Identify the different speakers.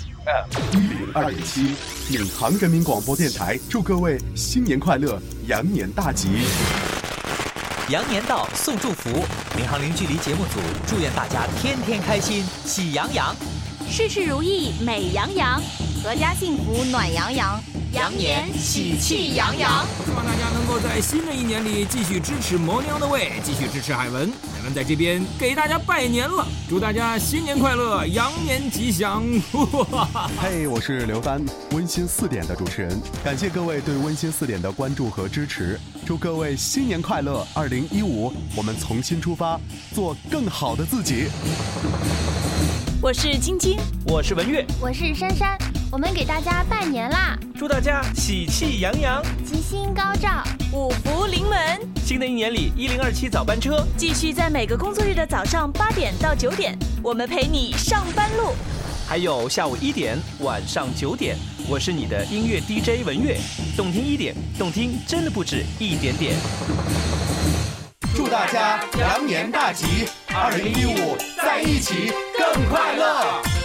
Speaker 1: 一零二点七，闵行人民广播电台，祝各位新年快乐，羊年大吉！
Speaker 2: 羊年到，送祝福。闵行零距离节目组祝愿大家天天开心，喜洋洋，
Speaker 3: 事事如意，美洋洋，
Speaker 4: 阖家幸福，暖洋洋，
Speaker 3: 羊年喜气洋洋。
Speaker 5: 希望大家能够在新的一年里继续支持魔娘的胃，继续支持海文。海文在这边给大家拜年了，祝大家新年快乐，羊年吉祥！
Speaker 1: 嘿、我是刘丹，温馨四点的主持人，感谢各位对温馨四点的关注和支持，祝各位新年快乐！二零一五，我们从新出发，做更好的自己。
Speaker 3: 我是晶晶，
Speaker 2: 我是文月，
Speaker 4: 我是珊珊，我们给大家拜年啦，
Speaker 2: 祝大家喜气洋洋。
Speaker 4: 吉星高照，
Speaker 3: 五福临门。
Speaker 2: 新的一年里，一零二七早班车，
Speaker 3: 继续在每个工作日的早上八点到九点，我们陪你上班路。
Speaker 2: 还有下午一点、晚上九点，我是你的音乐 DJ 文月，动听一点，动听真的不止一点点。
Speaker 1: 祝大家羊年大吉，二零一五在一起更快乐。